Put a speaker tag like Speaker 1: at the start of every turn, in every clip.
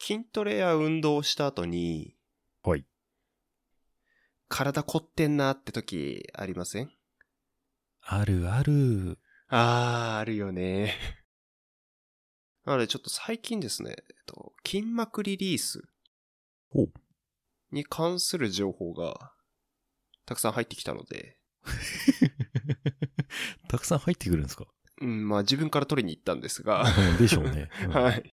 Speaker 1: 筋トレや運動をした後に、
Speaker 2: はい。
Speaker 1: 体凝ってんなって時ありません
Speaker 2: あるある。
Speaker 1: あー、あるよね。 なのでちょっと最近ですね、えっと、筋膜リリース
Speaker 2: ほう。
Speaker 1: に関する情報がたくさん入ってきたので、
Speaker 2: たくさん入ってくるんですか
Speaker 1: うん、まあ自分から取りに行ったんですが、
Speaker 2: うんでしょうね。うん
Speaker 1: はい。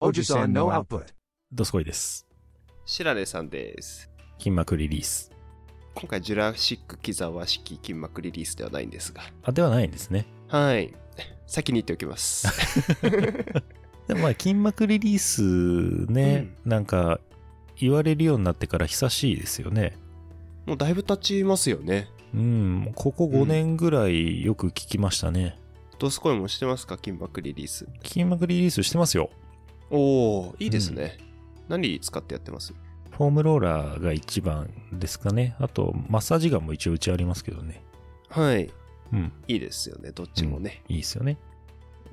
Speaker 3: Ojisan no output.
Speaker 2: どすこいです。
Speaker 1: 白根さんです。
Speaker 2: 筋膜リリース。
Speaker 1: 今回ジュラシック木沢式筋膜リリースではないんですが、
Speaker 2: あ、ではないんですね。
Speaker 1: はい。先に言っておきます。
Speaker 2: でもまあ、筋膜リリースね、なんか、言われるようになってから久しいですよね。
Speaker 1: もうだいぶ経ちますよね。
Speaker 2: うん、ここ5年ぐらいよく聞きましたね。
Speaker 1: ドスコイもしてますか筋膜リリース。
Speaker 2: 筋膜リリースしてますよ。
Speaker 1: おー、いいですね。何使ってやってます
Speaker 2: フォームローラーが一番ですかね。あと、マッサージガンも一応うちありますけどね。
Speaker 1: はい。
Speaker 2: うん。
Speaker 1: いいですよね。どっちもね。
Speaker 2: いいですよね。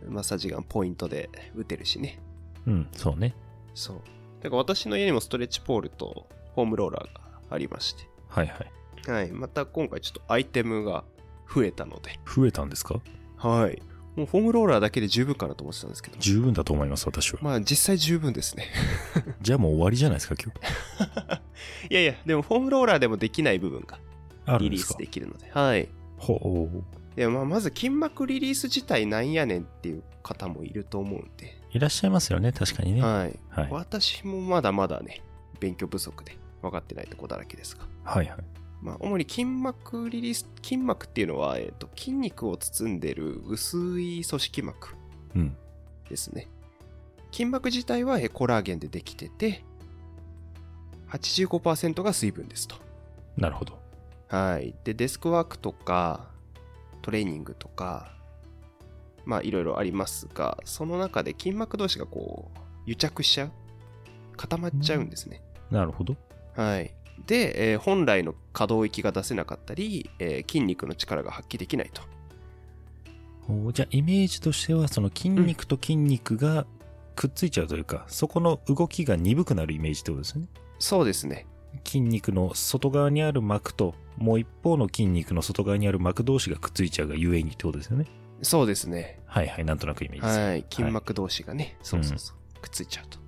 Speaker 1: マッサージガンポイントで打てるしね。
Speaker 2: うん、そうね。
Speaker 1: そう。だから私の家にもストレッチポールとホームローラーがありまし
Speaker 2: はいはい。
Speaker 1: て。はい。また今回ちょっとアイテムが増えたので。
Speaker 2: 増えたんですか
Speaker 1: はい。もうホームローラーだけで十分かなと思ってたんですけど。
Speaker 2: 十分だと思います、私は。
Speaker 1: まあ実際十分ですね。
Speaker 2: じゃあもう終わりじゃないですか、今日。
Speaker 1: いやいや、でもホームローラーでもできない部分が
Speaker 2: ある
Speaker 1: リ
Speaker 2: ん
Speaker 1: リ
Speaker 2: で
Speaker 1: ー
Speaker 2: す
Speaker 1: ス
Speaker 2: か
Speaker 1: できるので。はい。
Speaker 2: ほう。
Speaker 1: いやまあまず筋膜リリース自体なんやねんっていう方もいると思うんで、
Speaker 2: いらっしゃいますよね、確かにね。はい。
Speaker 1: はい、
Speaker 2: はい
Speaker 1: 私もまだまだね勉強不足で分かってないとこだらけですが、
Speaker 2: はい。
Speaker 1: まあ、主に筋膜リリース筋膜っていうのは、えー、と筋肉を包んでる薄い組織膜
Speaker 2: うん。
Speaker 1: ですね筋膜自体はえーコラーゲンでできてて85%が水分ですと
Speaker 2: なるほど。
Speaker 1: はい。で、デスクワークとか、トレーニングとか、まあ、いろいろありますが、その中で筋膜同士がこう、癒着しちゃう固まっちゃうんですね。
Speaker 2: なるほど。
Speaker 1: はい。で、えー本来の可動域が出せなかったり、えー筋肉の力が発揮できないと。
Speaker 2: ほうじゃあ、イメージとしては、その筋肉と筋肉がくっついちゃうというか、そこの動きが鈍くなるイメージってことですよね。
Speaker 1: そうですね。
Speaker 2: 筋肉の外側にある膜と、もう一方の筋肉の外側にある膜同士がくっついちゃうがゆえにってことですよね。
Speaker 1: そうですね。
Speaker 2: はいはい、なんとなくイメージです。
Speaker 1: はい。筋膜同士がね、そうそうそう。くっついちゃうと。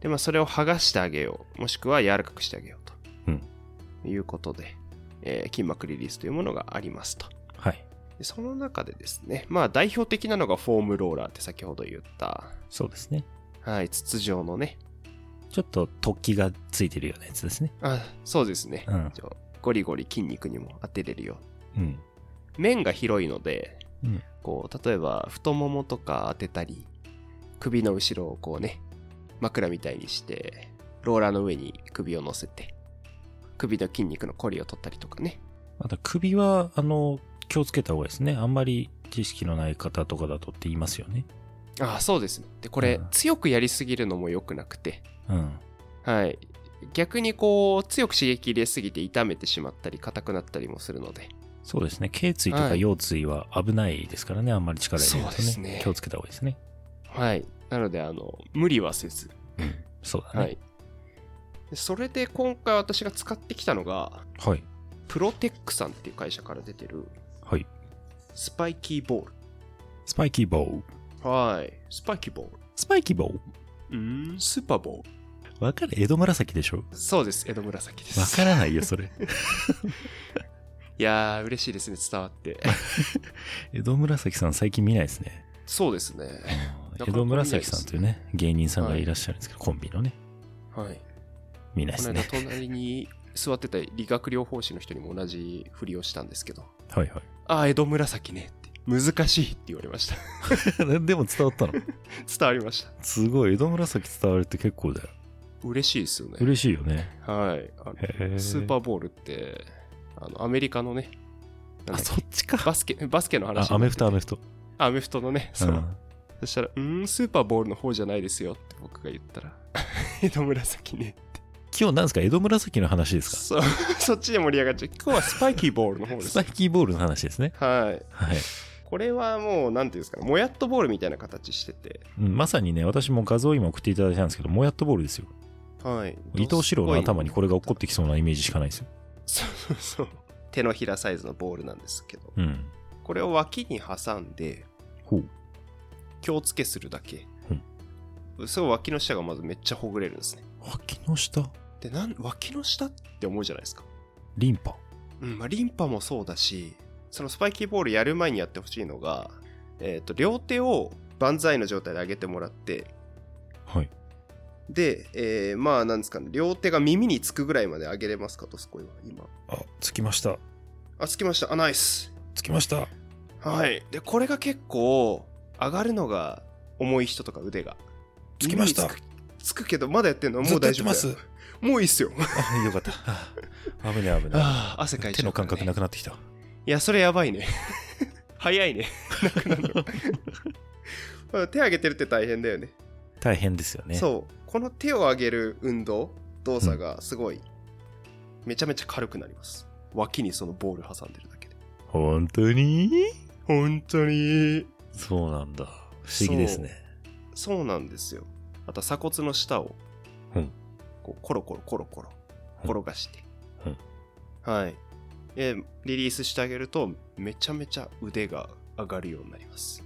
Speaker 1: で、まあ、それを剥がしてあげよう。もしくは柔らかくしてあげようと。
Speaker 2: うん
Speaker 1: いうことで、えー筋膜リリースというものがありますと。
Speaker 2: はい。
Speaker 1: でその中でですね、まあ代表的なのがフォームローラーって先ほど言った、
Speaker 2: そうですね。
Speaker 1: はい、筒状のね、
Speaker 2: ちょっと突起がついてるようなやつですね。
Speaker 1: あ、そうですね、
Speaker 2: うん
Speaker 1: ちょゴリゴリ筋肉にも当てれるよ
Speaker 2: うん。
Speaker 1: う。面が広いので、
Speaker 2: うん
Speaker 1: こう、例えば太ももとか当てたり、首の後ろをこうね、枕みたいにして、ローラーの上に首を乗せて、首の筋肉のコリを取ったりとかね。
Speaker 2: あと首は、あの、気をつけた方がいいですね。あんまり知識のない方とかだとって言いますよね。
Speaker 1: あ、そうですね。で、これ、
Speaker 2: うん
Speaker 1: 強くやりすぎるのも良くなくて、
Speaker 2: うん。
Speaker 1: はい。逆にこう、強く刺激入れすぎて痛めてしまったり、硬くなったりもするので。
Speaker 2: そうですね。頸椎とか
Speaker 1: はい
Speaker 2: 腰椎は危ないですからね。あんまり力入れ
Speaker 1: そ
Speaker 2: る
Speaker 1: う
Speaker 2: と
Speaker 1: です
Speaker 2: ね。
Speaker 1: ね
Speaker 2: 気をつけた方がいいですね。
Speaker 1: はい。なので、あの、無理はせず。
Speaker 2: そうだね。
Speaker 1: はい。でそれで今回私が使ってきたのが、
Speaker 2: はい。
Speaker 1: プロテックさんっていう会社から出てる
Speaker 2: はい。
Speaker 1: スパイキーボー
Speaker 2: スパイキーボール。
Speaker 1: ル。はい。スパイキーボール。
Speaker 2: スパイキーボー
Speaker 1: うーん、スーパーボー
Speaker 2: ル。わかる江戸紫でしょ
Speaker 1: ル。そうです。江戸紫で
Speaker 2: わ
Speaker 1: す。
Speaker 2: からないよ、それ。
Speaker 1: いやー、嬉しいですね。伝わって。
Speaker 2: 江戸紫さん最近見ないですね。
Speaker 1: そうですね。なかなか
Speaker 2: 江戸紫さんというね、芸人さんがいらっしゃるんですけど、コンビのね。
Speaker 1: はい。
Speaker 2: 見ないで
Speaker 1: この
Speaker 2: す
Speaker 1: 間
Speaker 2: ね。
Speaker 1: 隣に座ってた理学療法士の人にも同じふりをしたんですけど、
Speaker 2: はいは
Speaker 1: ああ、江戸紫ねって、難しいって言われました。
Speaker 2: い。で も伝わったの。
Speaker 1: 伝わりました。
Speaker 2: すごい。江戸紫伝わるって結構だよ。
Speaker 1: 嬉しいですよね。
Speaker 2: 嬉しいよね。
Speaker 1: はい。あのスーパーボールって、あの、アメリカのね、なんだっ
Speaker 2: あ、
Speaker 1: け
Speaker 2: そっちか。
Speaker 1: バスケ、バスケの話
Speaker 2: あ、アメフト、アメフト。
Speaker 1: あアメフトのね、そうう、
Speaker 2: ん。
Speaker 1: そしたら、うーん、スーパーボールの方じゃないですよって僕が言った ら、江戸紫ね。
Speaker 2: 今日何ですか江戸紫の話ですか
Speaker 1: そう、 そっちで盛り上がっちゃう。今日はスパイキーボールの方で
Speaker 2: ス
Speaker 1: す
Speaker 2: パイ。キーボールの話ですね。
Speaker 1: はい。
Speaker 2: はい。
Speaker 1: これはもう、なんていうんですかね、もやっとボールみたいな形してて、
Speaker 2: うんまさにね、私も画像を今送っていただいたんですけど、もやっとボールですよ。
Speaker 1: はい。
Speaker 2: 伊藤四郎の頭にこれが落っこって
Speaker 1: き
Speaker 2: きそうなイメージしかないですよ。
Speaker 1: そうそう。手のひらサイズのボールなんですけど、
Speaker 2: うん。
Speaker 1: これを脇に挟んで、
Speaker 2: ほう。
Speaker 1: 気をつけするだけ
Speaker 2: うん。
Speaker 1: すごい脇の下がまずめっちゃほぐれるんですね。
Speaker 2: 脇の下
Speaker 1: で、なん脇の下って思うじゃないですか。
Speaker 2: リンパ。
Speaker 1: うん、まあ、リンパもそうだし、そのスパイキーボールやる前にやってほしいのが、えっ、と、両手を万歳の状態で上げてもらって、
Speaker 2: はい。
Speaker 1: で、えーまあ、なんですかね、両手が耳につくぐらいまで上げれますかと、すごいは、今。
Speaker 2: あ、つきました。
Speaker 1: あ、つきました。あ、ナイス。
Speaker 2: つきました。
Speaker 1: はい。で、これが結構、上がるのが重い人とか腕が。
Speaker 2: つきました
Speaker 1: 耳につく。つくけど、まだやってんのもう大丈夫だよ
Speaker 2: ずっとやって
Speaker 1: もういいっすよ。
Speaker 2: あ、よかった。 あ危ねえ危ね
Speaker 1: あ、汗か
Speaker 2: え。
Speaker 1: いちゃう、
Speaker 2: 手の感覚な。くなってきた。
Speaker 1: いや、それやばいね。 早い ね。なくなるのまあ手上げてるって大変だよね。
Speaker 2: 大変ですよね。
Speaker 1: そう。この手を上げる運動、動作がすごい、めちゃめちゃ軽くなります。脇にそのボール挟んでるだけで。
Speaker 2: 本当に
Speaker 1: 本当に
Speaker 2: そうなんだ。不思議ですね。
Speaker 1: そうなんですよ。あと鎖骨の下を
Speaker 2: うん、
Speaker 1: こうコロコロコロコロ
Speaker 2: うん
Speaker 1: 転がして
Speaker 2: うん、
Speaker 1: はい。で、リリースしてあげると、めちゃめちゃ腕が上がるようになります。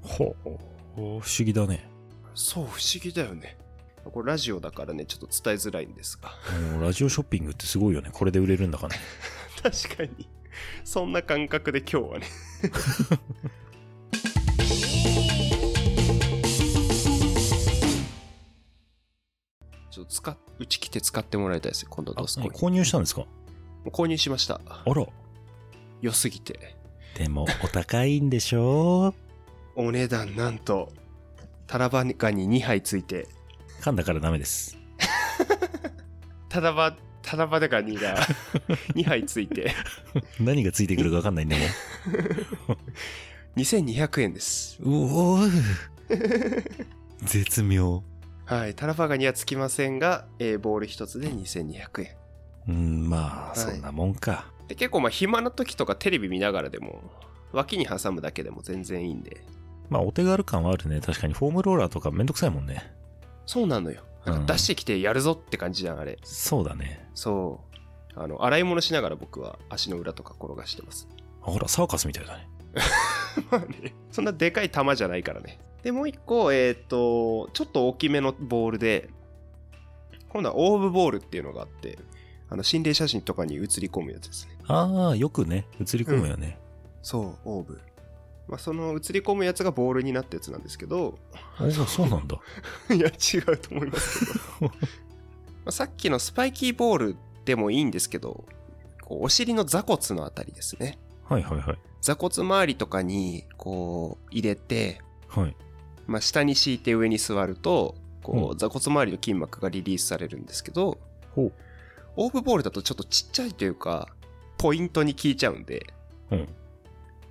Speaker 2: ほう。不思議だね。
Speaker 1: そう、不思議だよね。これラジオだからね、ちょっと伝えづらいんですが。
Speaker 2: もうラジオショッピングってすごいよね。これで売れるんだからね。
Speaker 1: 確かに。そんな感覚で今日はね。 ちょっと使っうち来て使ってもらいたいですよ、今度
Speaker 2: あ
Speaker 1: どうすか。
Speaker 2: 購入したんですか
Speaker 1: もう購入しました。
Speaker 2: あら。
Speaker 1: 良すぎて。
Speaker 2: でも、お高いんでしょ
Speaker 1: お値段なんと、タラバガニ2杯ついて、
Speaker 2: 噛んだからダメです。
Speaker 1: タラバ、タラバガニが2杯ついて、
Speaker 2: 何がついてくるか分かんないんでも
Speaker 1: 2200円です。
Speaker 2: う。うおー絶妙。
Speaker 1: はい、タラバガニはつきませんが、えーボール1つで2200円。
Speaker 2: うん、ま
Speaker 1: はい
Speaker 2: あ、そんなもんか。
Speaker 1: で結構まあ暇な時とかテレビ見ながらでも脇に挟むだけでも全然いいんで
Speaker 2: まあ、お手軽感はあるね。確かに、フォームローラーとかめんどくさいもんね。
Speaker 1: そうなのよなんか出してきてやるぞって感じじゃんあれ
Speaker 2: そうだね。
Speaker 1: そうあの洗い物しながら僕は足の裏とか転がしてます
Speaker 2: あほら、サーカスみたいだね。
Speaker 1: まあねそんなでかい球じゃないからねでもう一個えっ、とちょっと大きめのボールで今度はオーブボールっていうのがあってあの心霊写真とかに写り込むやつですね
Speaker 2: ああ、よくね、映り込むよね。
Speaker 1: そうオーブまあその写り込むやつがボールになったやつなんですけど
Speaker 2: おお、そうなんだ。
Speaker 1: いや、違うと思います けど。まあさっきのスパイキーボールでもいいんですけど、こうお尻の座骨のあたりですね。
Speaker 2: はいはいはい。
Speaker 1: 座骨周りとかに、こう、入れて、
Speaker 2: はい。
Speaker 1: まあ、下に敷いて上に座ると、こ
Speaker 2: う
Speaker 1: う、座骨周りの筋膜がリリースされるんですけど、
Speaker 2: ほう。
Speaker 1: オーブボールだとちょっとちっちゃいというか、ポイントに効いちゃうんで、
Speaker 2: うん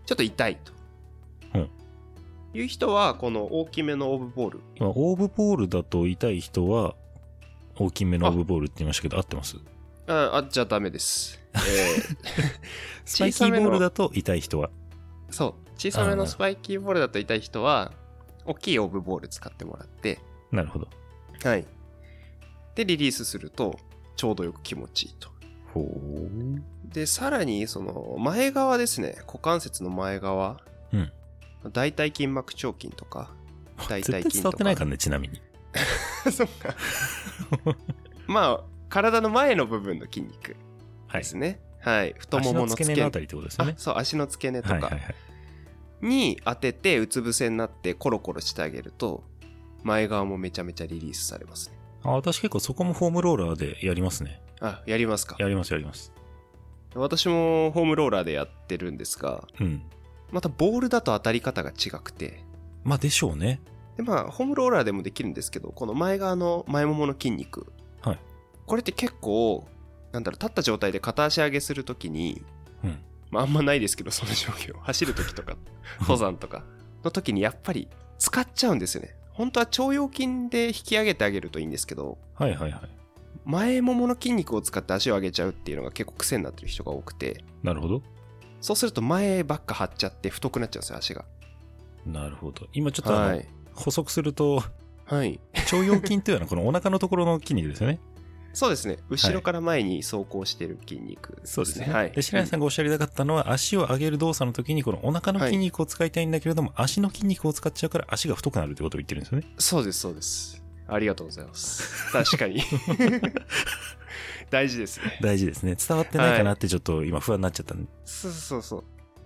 Speaker 1: ちょっと痛いと。
Speaker 2: うん
Speaker 1: いう人は、この大きめのオーブボール、
Speaker 2: まあ、オーブボールだと痛い人は、大きめのオーブボールって言いましたけど、合ってます
Speaker 1: あ、あじゃあダメです。え ー
Speaker 2: スパイキ
Speaker 1: 小さめ
Speaker 2: ー
Speaker 1: の
Speaker 2: ボールだと痛い人は。
Speaker 1: そう。小さめのスパイキーボールだと痛い人は、大きいオブボール使ってもらって、
Speaker 2: なるほど。
Speaker 1: はい。で、リリースすると、ちょうどよく気持ちいいと。
Speaker 2: ほう。
Speaker 1: で、さらに、その、前側ですね。股関節の前側。
Speaker 2: うん。
Speaker 1: 大腿筋膜腸筋とか、大
Speaker 2: 絶対
Speaker 1: 腿筋
Speaker 2: 伝
Speaker 1: と
Speaker 2: わ
Speaker 1: か。
Speaker 2: ってないからね、ちなみに。
Speaker 1: そっか。まあ、体の前の部分の筋肉
Speaker 2: は
Speaker 1: で
Speaker 2: い。
Speaker 1: すね。はい。太も
Speaker 2: 足
Speaker 1: も
Speaker 2: の
Speaker 1: の
Speaker 2: 付
Speaker 1: 付け
Speaker 2: け根の
Speaker 1: 根
Speaker 2: あたりってことですよね
Speaker 1: あ。そう、足の付け根とか。
Speaker 2: はいはいはい。
Speaker 1: に当ててうつ伏せになってコロコロしてあげると前側もめちゃめちゃリリースされますね
Speaker 2: あ、私結構そこもフォームローラーでやりますね。
Speaker 1: あやりますか
Speaker 2: やりますやります。
Speaker 1: 私もホームローラーでやってるんですが
Speaker 2: うん。
Speaker 1: またボールだと当たり方が違くて
Speaker 2: まあでしょうね。
Speaker 1: でまあホームローラーでもできるんですけどこの前側の前ももの筋肉、
Speaker 2: はい
Speaker 1: これって結構なんだろう立った状態で片足上げするときに、
Speaker 2: うん
Speaker 1: まあ、あんまないですけどその状況走るときとか登山とかの時にやっぱり使っちゃうんですよね。本当は腸腰筋で引き上げてあげるといいんですけど、
Speaker 2: はいはいはい。
Speaker 1: 前ももの筋肉を使って足を上げちゃうっていうのが結構癖になってる人が多くて、
Speaker 2: なるほど。
Speaker 1: そうすると前ばっか張っちゃって太くなっちゃうんですよ、足が。
Speaker 2: なるほど。今ちょっとあの、
Speaker 1: はい。
Speaker 2: 補足すると、
Speaker 1: はい。
Speaker 2: 腸腰筋というのはこのお腹のところの筋肉ですよね。
Speaker 1: そうですね。後ろから前に走行してる筋肉ですね。はい。
Speaker 2: で、白井さんがおっしゃりたかったのは、足を上げる動作の時に、このお腹の筋肉を使いたいんだけれども、足の筋肉を使っちゃうから足が太くなるということを言ってるんですよね。
Speaker 1: そうです、そうです。ありがとうございます。 確かに。大事ですね。
Speaker 2: 大事ですね。伝わってないかなってちょっと今不安になっちゃったんで。
Speaker 1: そうそうそう。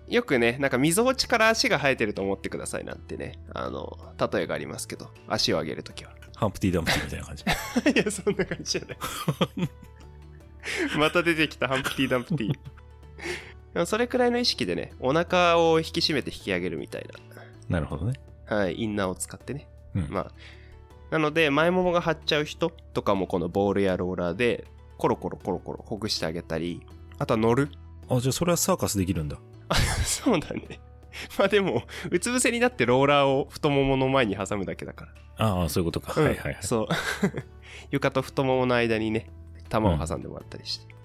Speaker 1: よくね、なんか溝落ちから足が生えてると思ってくださいなんてね、あの、例えがありますけど、足を上げるときは。
Speaker 2: ハンプティダンプティみたいな感じ。
Speaker 1: いや、そんな感じじゃない。 また出てきた、ハンプティダンプティ。でもそれくらいの意識でね、お腹を引き締めて引き上げるみたい
Speaker 2: なるほどね。
Speaker 1: な、はい、インナーを使ってね。
Speaker 2: うん。
Speaker 1: まあ、なので、前ももが張っちゃう人とかも、このボールやローラーで、コロコロコロコロほぐしてあげたり、あとは乗る。
Speaker 2: あ、じゃあそれはサーカスできるんだ。
Speaker 1: そうだね。 まあでも、うつ伏せになってローラーを太ももの前に挟むだけだから。
Speaker 2: ああ、そういうことか。
Speaker 1: うん
Speaker 2: はいはいはい。
Speaker 1: そう。 床と太ももの間にね、玉を挟んでもらったりして。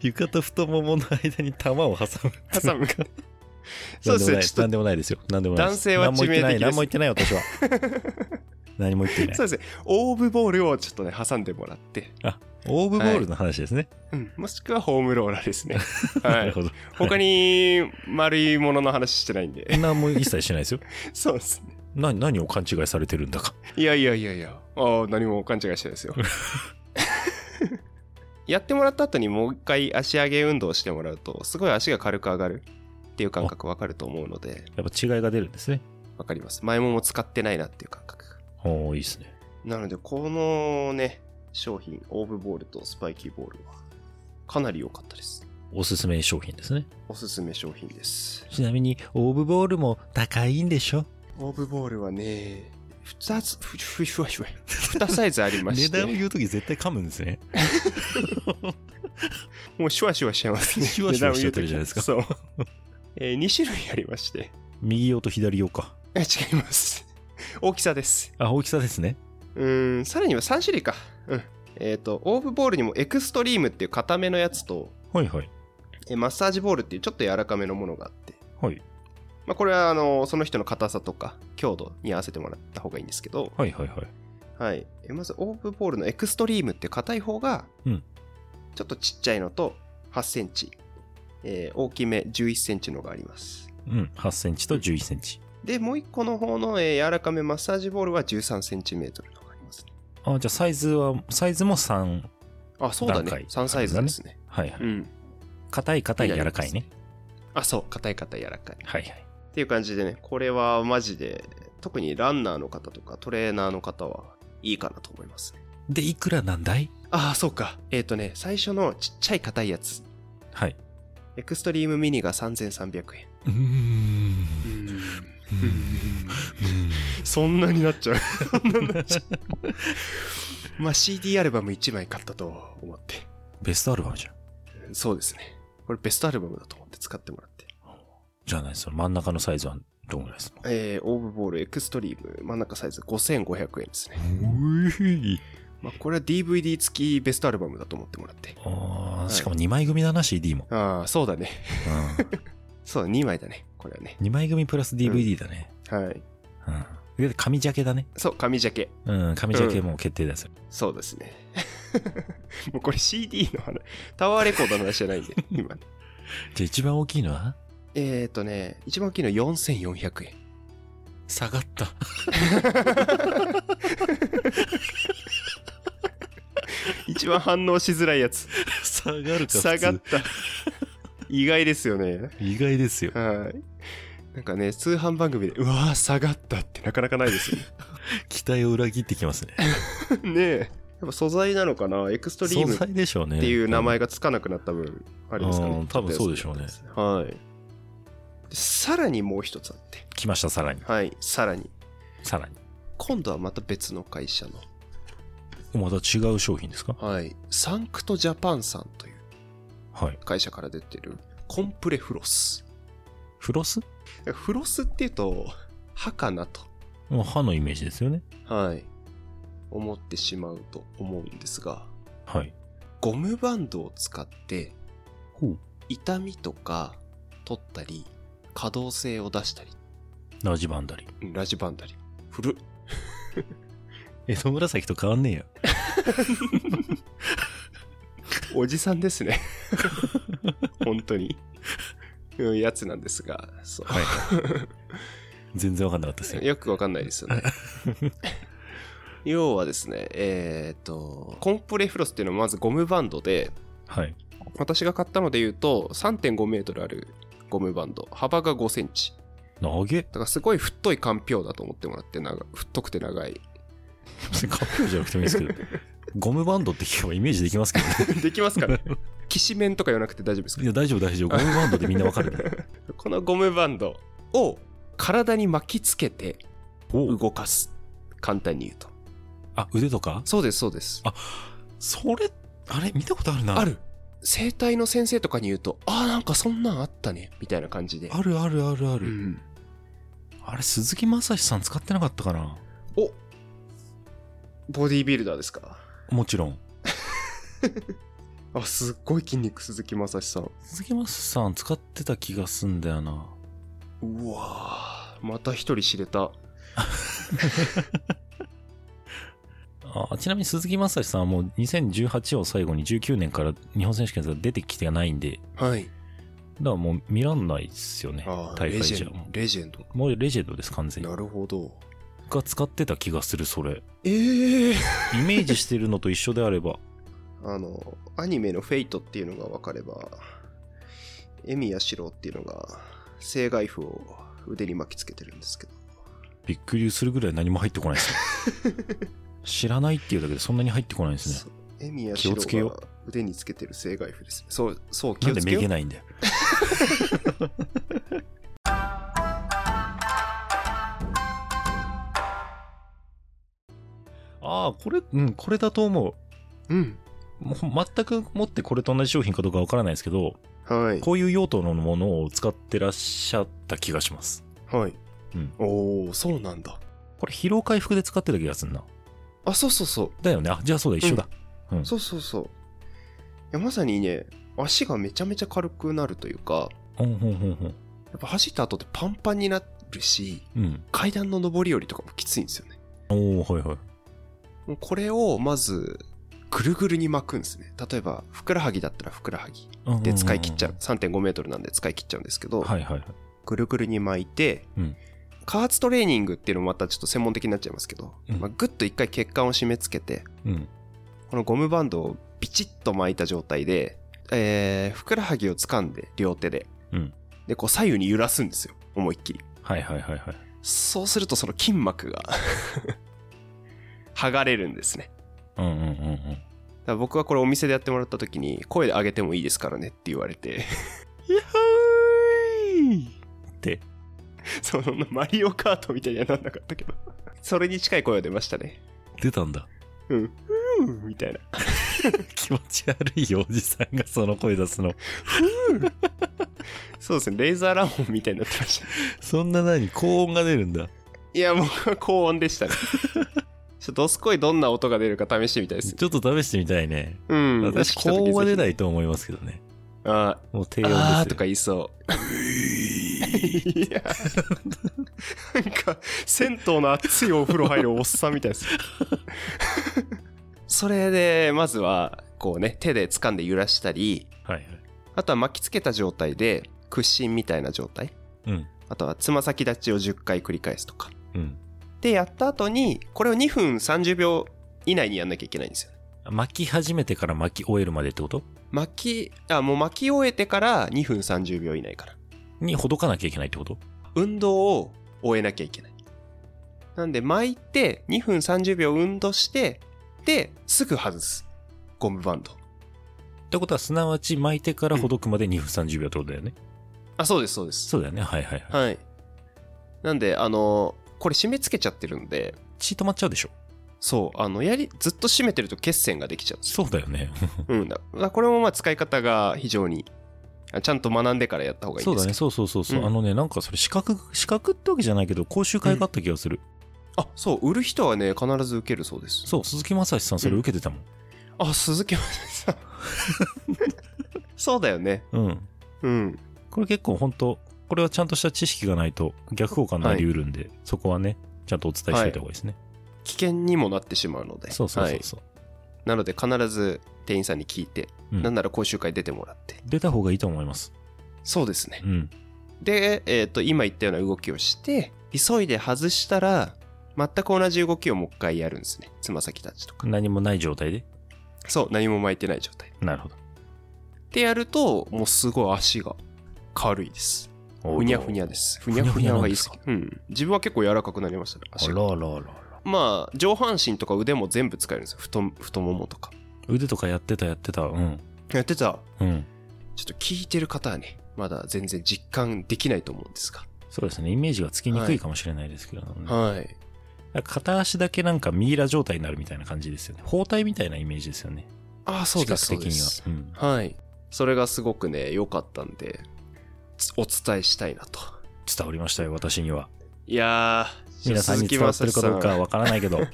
Speaker 2: 床と太ももの間に玉を挟む。
Speaker 1: 挟む か。そ
Speaker 2: な
Speaker 1: うんで
Speaker 2: ですす
Speaker 1: ね、
Speaker 2: ね。
Speaker 1: ちょっ
Speaker 2: 何でもないですよ。何でもないです。
Speaker 1: 男性は致命的です
Speaker 2: 何も言ってない、何も言ってない、私は。 何も言ってい
Speaker 1: と、
Speaker 2: ない
Speaker 1: そ。うですね、オーブボールをちょっとね、挟んでもらって、
Speaker 2: オーブボールの話ですね。
Speaker 1: うん、もしくはホームローラーですね。
Speaker 2: な
Speaker 1: は
Speaker 2: る
Speaker 1: い。
Speaker 2: ほど。
Speaker 1: 他に丸いものの話してないんで。
Speaker 2: 何も一切しないですよ。
Speaker 1: そうですね。
Speaker 2: な何を勘違いされてるんだか。
Speaker 1: いやいやいやいや、ああ、何も勘違いしてないですよ。 やってもらった後にもう一回足上げ運動をしてもらうと、すごい足が軽く上がるっていう感覚わかると思うので、
Speaker 2: やっぱ違いが出るんですね。
Speaker 1: わかります。前もも使ってないなっていう感覚が。
Speaker 2: おーいいですね。
Speaker 1: なので、このね、商品、オーブボールとスパイキーボールは、かなり良かったです。
Speaker 2: おすすめ商品ですね。
Speaker 1: おすすめ商品です。
Speaker 2: ちなみに、オーブボールも高いんでしょ
Speaker 1: オーブボールはね、2つ、ふふふふふ2サイズありま
Speaker 2: 値
Speaker 1: して、
Speaker 2: 段を言うとき絶対噛むんですね。
Speaker 1: もうシュワシュワしちゃいますね。
Speaker 2: シュワシュワしちゃってるじゃないですか
Speaker 1: 値段を言うときそう。えー、2種類ありまして、
Speaker 2: 右用と左用か。
Speaker 1: え違います。 大きさです。
Speaker 2: あ、大きさですね。
Speaker 1: うーん、さらには3種類か。うん。えっ、と、オーブボールにもエクストリームっていう硬めのやつと、
Speaker 2: はいはい。
Speaker 1: えマッサージボールっていうちょっと柔らかめのものがあって、
Speaker 2: はい。
Speaker 1: まあ、これはあのその人の硬さとか強度に合わせてもらった方がいいんですけど、
Speaker 2: はいはいはい。
Speaker 1: はい、えまずオーブボールのエクストリームっていう硬い方が、
Speaker 2: うん
Speaker 1: ちょっとちっちゃいのと8センチ、えー大きめ11センチのがあります
Speaker 2: うん。8センチと11センチ。
Speaker 1: でもう一個の方の、えー柔らかめマッサージボールは13センチメートルのがありますね
Speaker 2: あ、じゃあサイズは、サイズも3。
Speaker 1: あそうだ
Speaker 2: 段階
Speaker 1: ね3サイズですね
Speaker 2: はいはい。
Speaker 1: うん
Speaker 2: 硬い硬い柔らかいね。
Speaker 1: あそう硬い硬い柔らかい
Speaker 2: はいはい。
Speaker 1: っていう感じでねこれはマジで特にランナーの方とかトレーナーの方はいいかなと思いますね
Speaker 2: で、いくらなんだい
Speaker 1: ああ、そうか。えっ、とね、最初のちっちゃい硬いやつ。
Speaker 2: はい。
Speaker 1: エクストリームミニが3300
Speaker 2: うーん。
Speaker 1: 円。
Speaker 2: うーん
Speaker 1: そんなになっちゃう。 そんなになっちゃう。まあ CD アルバム1枚買ったと思って。
Speaker 2: ベストアルバムじゃん。
Speaker 1: そうですね。これベストアルバムだと思って使ってもらって。
Speaker 2: じゃないですよ。真ん中のサイズはどんぐらいですか
Speaker 1: えー、オーブボールエクストリーム真ん中サイズ5500円ですね。まあこれは DVD 付きベストアルバムだと思ってもらって。
Speaker 2: あ
Speaker 1: はい
Speaker 2: ーしかも2枚組だな、CD も。
Speaker 1: ああ、そうだね。
Speaker 2: う
Speaker 1: そうだ、2枚だね。これはね。
Speaker 2: ん。2枚組プラス DVD だね。
Speaker 1: はい。
Speaker 2: うん。で、紙ジャケだね。
Speaker 1: そう、紙ジャケ。
Speaker 2: うん、紙ジャケも決定ですよ。
Speaker 1: そうですね。 もうこれ CD の話、タワーレコードの話じゃないんで、今ね。
Speaker 2: じゃあ一番大きいのは
Speaker 1: えっとね、一番大きいの4400円。
Speaker 2: 下がった。
Speaker 1: 一番反応しづらいやつ。
Speaker 2: 下がるか
Speaker 1: 下がった。意外ですよね。
Speaker 2: 意外ですよ。
Speaker 1: はい。なんかね、通販番組で、うわー、下がったってなかなかないですよね。
Speaker 2: 期待を裏切ってきますね。
Speaker 1: ねえ。やっぱ素材なのかなエクストリー
Speaker 2: 総
Speaker 1: ムっ
Speaker 2: 裁でしょうね。
Speaker 1: ていう名前
Speaker 2: が。
Speaker 1: がつかなくなった分、あれですか
Speaker 2: う
Speaker 1: ね
Speaker 2: ん。多分そうでしょうね
Speaker 1: はい。でさらにもう一つあって。
Speaker 2: 来ました、さらに。
Speaker 1: はい、さらに。
Speaker 2: さらに。
Speaker 1: 今度はまた別の会社の
Speaker 2: また違う商品ですか
Speaker 1: はい、サンクトジャパンさんという
Speaker 2: はい。
Speaker 1: 会社から出てるコンプレフロス。
Speaker 2: フロス
Speaker 1: フロスっていうと、はかなと
Speaker 2: もう歯のイメージですよね。
Speaker 1: はい、思ってしまうと思うんですが、
Speaker 2: はい。
Speaker 1: ゴムバンドを使って
Speaker 2: ほう。
Speaker 1: 痛みとか取ったり、可動性を出したり、
Speaker 2: ラジバンダリ。
Speaker 1: うんラジバンダリ、古っ
Speaker 2: え、そ紫と変わんねえよ。
Speaker 1: おじさんですね。本当に。うんやつなんですが、そう。
Speaker 2: 全然わかんなかったですよ。
Speaker 1: よくわかんないですよね。要はですね、えっ、と、コンプレフロスっていうのはまずゴムバンドで、
Speaker 2: はい。
Speaker 1: 私が買ったので言うと3.5メートルあるゴムバンド、幅が5センチ。
Speaker 2: 投げ。
Speaker 1: だからすごい太いかんぴょうだと思ってもらって、長太くて長い。
Speaker 2: 別にカップルじゃなくてもいいです けど。ゴムバンドって聞けばイメージできますけどね。
Speaker 1: できますかね きしめんとか言わなくて大丈夫ですか
Speaker 2: いや、大丈夫大丈夫。ゴムバンドでみんなわかるね。
Speaker 1: このゴムバンドを体に巻きつけて
Speaker 2: おう
Speaker 1: 動かす。簡単に言うと。
Speaker 2: あ、腕とか
Speaker 1: そうです、そうです。
Speaker 2: あ、それ、あれ見たことあるな。
Speaker 1: ある。整体の先生とかに言うと、ああ、なんかそんなんあったね、みたいな感じで。
Speaker 2: あるあるあるある。
Speaker 1: うん
Speaker 2: あれ、鈴木雅史さん使ってなかったかな
Speaker 1: おボディービルダーですか
Speaker 2: もちろん。
Speaker 1: あ、すっごい筋肉、鈴木雅史さん。
Speaker 2: 鈴木雅史さん使ってた気がすんだよな。
Speaker 1: うわーまた一人知れた。
Speaker 2: あちなみに鈴木雅史さんはもう2018を最後に19年から日本選手権から出てきてないんで、
Speaker 1: はい。
Speaker 2: だからもう見らんないっすよね。
Speaker 1: あー
Speaker 2: 大
Speaker 1: レ
Speaker 2: 会
Speaker 1: ジ
Speaker 2: じゃ
Speaker 1: ェンド。レジェンド。
Speaker 2: もうレジェンドです、完全に。
Speaker 1: なるほど。
Speaker 2: が使ってた気がする、それ。
Speaker 1: ええ
Speaker 2: イメージしてるのと一緒であれば。
Speaker 1: あの、アニメのフェイトっていうのが分かれば、エミヤシロっていうのが、正外符を腕に巻きつけてるんですけど。
Speaker 2: びっくりするぐらい何も入ってこないですよ 知らないっていうだけでそんなに入ってこないです
Speaker 1: そ
Speaker 2: ね。
Speaker 1: うエミヤ
Speaker 2: 気をつけ
Speaker 1: シロ
Speaker 2: よ
Speaker 1: が腕につけてる正外符ですね。そう、そう、気
Speaker 2: なん
Speaker 1: を
Speaker 2: で
Speaker 1: つけ
Speaker 2: め
Speaker 1: よう
Speaker 2: げないんだよ。 ああ、これ、うん、これだと思う。
Speaker 1: うん。
Speaker 2: もう全くもってこれと同じ商品かどうかわからないですけど、
Speaker 1: はい。
Speaker 2: こういう用途のものを使ってらっしゃった気がします。
Speaker 1: はい。
Speaker 2: うん
Speaker 1: おおそうなんだ。
Speaker 2: これ疲労回復で使ってた気がするな。
Speaker 1: あ、そうそうそう。
Speaker 2: だよね。あ、じゃあそうだ、一緒だ。うん
Speaker 1: そうそうそう。いや、まさにね、足がめちゃめちゃ軽くなるというか、
Speaker 2: うん、うん、うん、
Speaker 1: やっぱ走った後ってパンパンになるし、
Speaker 2: うん。
Speaker 1: 階段の上り下りとかもきついんですよね。
Speaker 2: うん。おー、はいはい。
Speaker 1: もうこれをまず、ぐるぐるに巻くんですね。例えば、ふくらはぎだったらふくらはぎ。
Speaker 2: うんうんうん
Speaker 1: で、使い切っちゃう。3.5メートルなんで使い切っちゃうんですけど、
Speaker 2: はいはいはい。
Speaker 1: ぐるぐるに巻いて、
Speaker 2: うん
Speaker 1: 加圧トレーニングっていうのもまたちょっと専門的になっちゃいますけど、
Speaker 2: うん
Speaker 1: まあ、ぐっと一回血管を締め付けて、
Speaker 2: うん。
Speaker 1: このゴムバンドをビチッと巻いた状態で、えー、ふくらはぎを掴んで両手で、
Speaker 2: うん
Speaker 1: でこう左右に揺らすんですよ思いっきり
Speaker 2: はいはいはいはい。
Speaker 1: そうするとその筋膜が 剥がれるんですね
Speaker 2: うんうんうんうん。
Speaker 1: だから僕はこれお店でやってもらった時に声で上げてもいいですからねって言われて イヤーイ
Speaker 2: って、
Speaker 1: そのマリオカートみたいにはなんなかったけど それに近い声が出ましたね
Speaker 2: 出たんだ。
Speaker 1: うんうーみたいな
Speaker 2: 気持ち悪いよおじさんがその声出すの。
Speaker 1: そうですねレーザーラモンみたいになってました
Speaker 2: そんな何高音が出るんだ。
Speaker 1: いや、僕は高音でした ね。ちょっとどすこいどんな音が出るか試してみたいです。
Speaker 2: ちょっと試してみたいね。
Speaker 1: うん。。
Speaker 2: 私、高音は出ないいと思いますけどね。
Speaker 1: あ
Speaker 2: もう低
Speaker 1: ー
Speaker 2: 音ですよ。
Speaker 1: あーとか言いそう。いや、なんか、銭湯の熱いお風呂入るおっさんみたいです。 それで、まずは、こうね、手で掴んで揺らしたり、
Speaker 2: はいはい。
Speaker 1: あとは巻きつけた状態で、屈伸みたいな状態。
Speaker 2: うん。
Speaker 1: あとは、つま先立ちを10回繰り返すとか。
Speaker 2: うん。
Speaker 1: で、やった後に、これを2分30秒以内にやんなきゃいけないんですよ。
Speaker 2: 巻き始めてから巻き終えるまでってこと
Speaker 1: 巻き、あ、もう巻き終えてから2分30秒以内から。
Speaker 2: にほどかなきゃいけないってこと
Speaker 1: 運動を終えなきゃいけない。なんで巻いて2分30秒運動して、で、すぐ外す。ゴムバンド。
Speaker 2: ってことは、すなわち巻いてからほどくまで2分30秒ってことだよね。
Speaker 1: あ、そうです、そうです。
Speaker 2: そうだよね。はいはいはい。
Speaker 1: はい。なんで、あの、これ締め付けちゃってるんで、
Speaker 2: 血止まっちゃうでしょ。
Speaker 1: そう、あの、やり、ずっと締めてると血栓ができちゃうんですよ。
Speaker 2: そうだよね。
Speaker 1: うん。だだからこれもまあ使い方が非常に、あちゃんと学んでからやった方がいい
Speaker 2: そ
Speaker 1: ん
Speaker 2: う
Speaker 1: です
Speaker 2: だ
Speaker 1: け
Speaker 2: ね。
Speaker 1: ど。
Speaker 2: そうそうそうそう、
Speaker 1: うん
Speaker 2: あのね、なんかそれ資格、資格ってわけじゃないけど、講習会があった気がする。
Speaker 1: あそう売る人はね必ず受けるそうです
Speaker 2: そう、鈴木正史さんそれ受けてたもん。
Speaker 1: あ鈴木ま ささんそうだよね
Speaker 2: うん。
Speaker 1: うん
Speaker 2: これ結構本当これはちゃんとした知識がないと逆効果になりうるんで、そこはね、ちゃんとお伝えしておいた方がいいですね。
Speaker 1: 危険にもなってしまうので
Speaker 2: そうそう
Speaker 1: は
Speaker 2: そう
Speaker 1: い、
Speaker 2: そう。
Speaker 1: なので必ず店員さんに聞いて、
Speaker 2: うん
Speaker 1: なんなら講習会出てもらって
Speaker 2: 出た方がいいと思います。
Speaker 1: そうですね
Speaker 2: うん。
Speaker 1: で、えー、と今言ったような動きをして急いで外したら全く同じ動きをもう一回やるんですねつま先立ちとか
Speaker 2: 何もない状態で。
Speaker 1: そう何も巻いてない状態
Speaker 2: なるほど。
Speaker 1: でやるともうすごい足が軽いです
Speaker 2: おー
Speaker 1: ふにゃふにゃですふ
Speaker 2: ふ
Speaker 1: に
Speaker 2: にゃ
Speaker 1: ゃ
Speaker 2: ふ
Speaker 1: ふ
Speaker 2: に
Speaker 1: に
Speaker 2: ゃ
Speaker 1: ゃ
Speaker 2: なん
Speaker 1: が
Speaker 2: で
Speaker 1: いいですす
Speaker 2: か
Speaker 1: うん自分は結構柔らかくなりましたね足
Speaker 2: あ
Speaker 1: が
Speaker 2: らあらあらあら。
Speaker 1: まあ上半身とか腕も全部使えるんですよ太太ももとか
Speaker 2: 腕とかやってたやってた。うん。
Speaker 1: やってた
Speaker 2: うん。
Speaker 1: ちょっと聞いてる方はねまだ全然実感できないと思うんですが、
Speaker 2: そうですね。イメージがつきにくいかもしれないですけれどもね。
Speaker 1: はい
Speaker 2: なんか片足だけなんかミイラ状態になるみたいな感じですよね。包帯みたいなイメージですよね。
Speaker 1: ああそうです
Speaker 2: 視
Speaker 1: そう
Speaker 2: 覚
Speaker 1: で
Speaker 2: 的に
Speaker 1: す
Speaker 2: は。うん。
Speaker 1: はい。それがすごくね、良かったんで、つお伝えしたいなと。
Speaker 2: 伝わりましたよ、私には。
Speaker 1: いやー、
Speaker 2: 皆さんに伝わってるかどうかはわからないけど。
Speaker 1: ま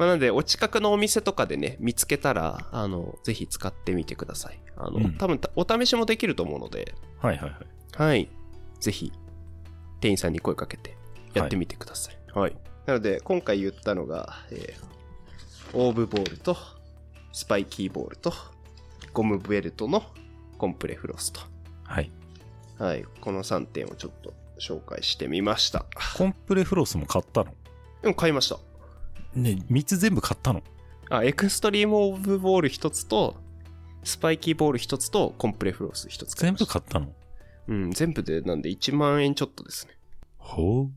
Speaker 1: あ、なんで、お近くのお店とかでね、見つけたら、あの、ぜひ使ってみてください。あの、
Speaker 2: うん
Speaker 1: 多分たお試しもできると思うので、
Speaker 2: はいはいはい。
Speaker 1: はい。ぜひ、店員さんに声かけて、やってみてください。はい。なので、今回言ったのが、えーオーブボールと、スパイキーボールと、ゴムベルトのコンプレフロスト。
Speaker 2: はい。
Speaker 1: はい、この3点をちょっと紹介してみました。
Speaker 2: コンプレフロスも買ったの
Speaker 1: でも買いました。
Speaker 2: ね、3つ全部買ったの
Speaker 1: あ、エクストリームオブボール1つと、スパイキーボール1つと、コンプレフロース1つ買い
Speaker 2: 全
Speaker 1: まし
Speaker 2: 部
Speaker 1: た。
Speaker 2: 買ったの
Speaker 1: うん、全部でなんで1万円ちょっとですね。
Speaker 2: ほう。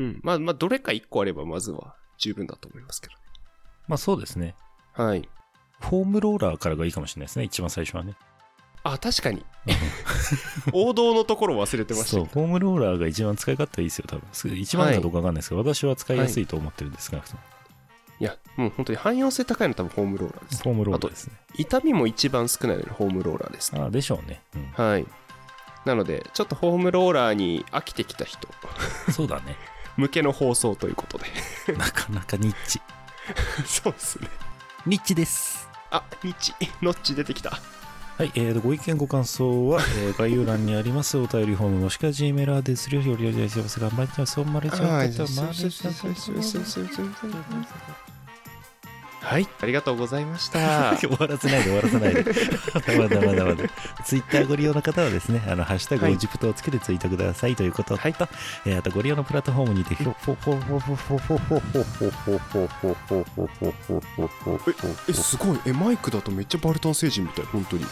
Speaker 1: うん、まあまあ、どれか1個あればまずは十分だと思いますけ
Speaker 2: まあそうですね。
Speaker 1: ど。はい。
Speaker 2: フォームローラーからがいいかもしれないですね、一番最初はね。
Speaker 1: あ、確 かに。王道のところ忘れてました
Speaker 2: そう、
Speaker 1: けど。
Speaker 2: フォームローラーが一番使い勝手いいですよ、多分。す一番かどうかわかんないですけど、私は使いやすいと思ってるんですが、
Speaker 1: いや、もう本当に汎用性高いの多分ホームローラーです。
Speaker 2: フォームローラーですね。
Speaker 1: 痛みも一番少ないのにホームローラーですね。
Speaker 2: ああ、でしょうね。う
Speaker 1: はい。なので、ちょっとホームローラーに飽きてきた人、
Speaker 2: ん。そうだね。
Speaker 1: 向けの放送ということで
Speaker 2: なかなかニッチ。
Speaker 1: そうですね
Speaker 2: ニッチです。
Speaker 1: あニッチノッチ出てきた
Speaker 2: はい、えーと、ご意見ご感想は、えー概要欄にありますお便りフォームもしくは G メールアドレス料理を利用できますが、まりちゃん、そうまりちゃん、まりちゃん、まりちゃん、
Speaker 1: はいありがとうございました
Speaker 2: 終わらせないで終わらせないでまだまだまだまだツイッターご利用の方はですね「あのハッシュタグ
Speaker 1: はい
Speaker 2: オジプト」をつけてツイートくださいということと、
Speaker 1: はい
Speaker 2: えーあとご利用のプラットフォームにて評価
Speaker 1: えすごいえマイクだとめっちゃバルタン星人みたい本当に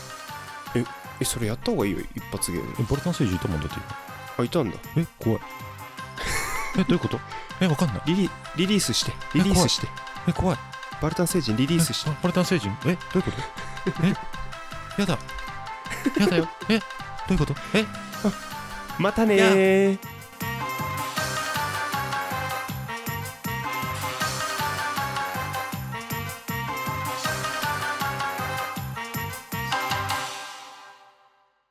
Speaker 1: ええそれやった方がいいよ一発芸
Speaker 2: えボルトン数字いたもんだって
Speaker 1: あいたんだ
Speaker 2: 今え怖いえどういうことえわかんない
Speaker 1: リリリリースしてリリースして
Speaker 2: え怖い
Speaker 1: バルタン星人リリースして
Speaker 2: えボルトン星人えどういうことえやだやだよえどういうことえ
Speaker 1: またねー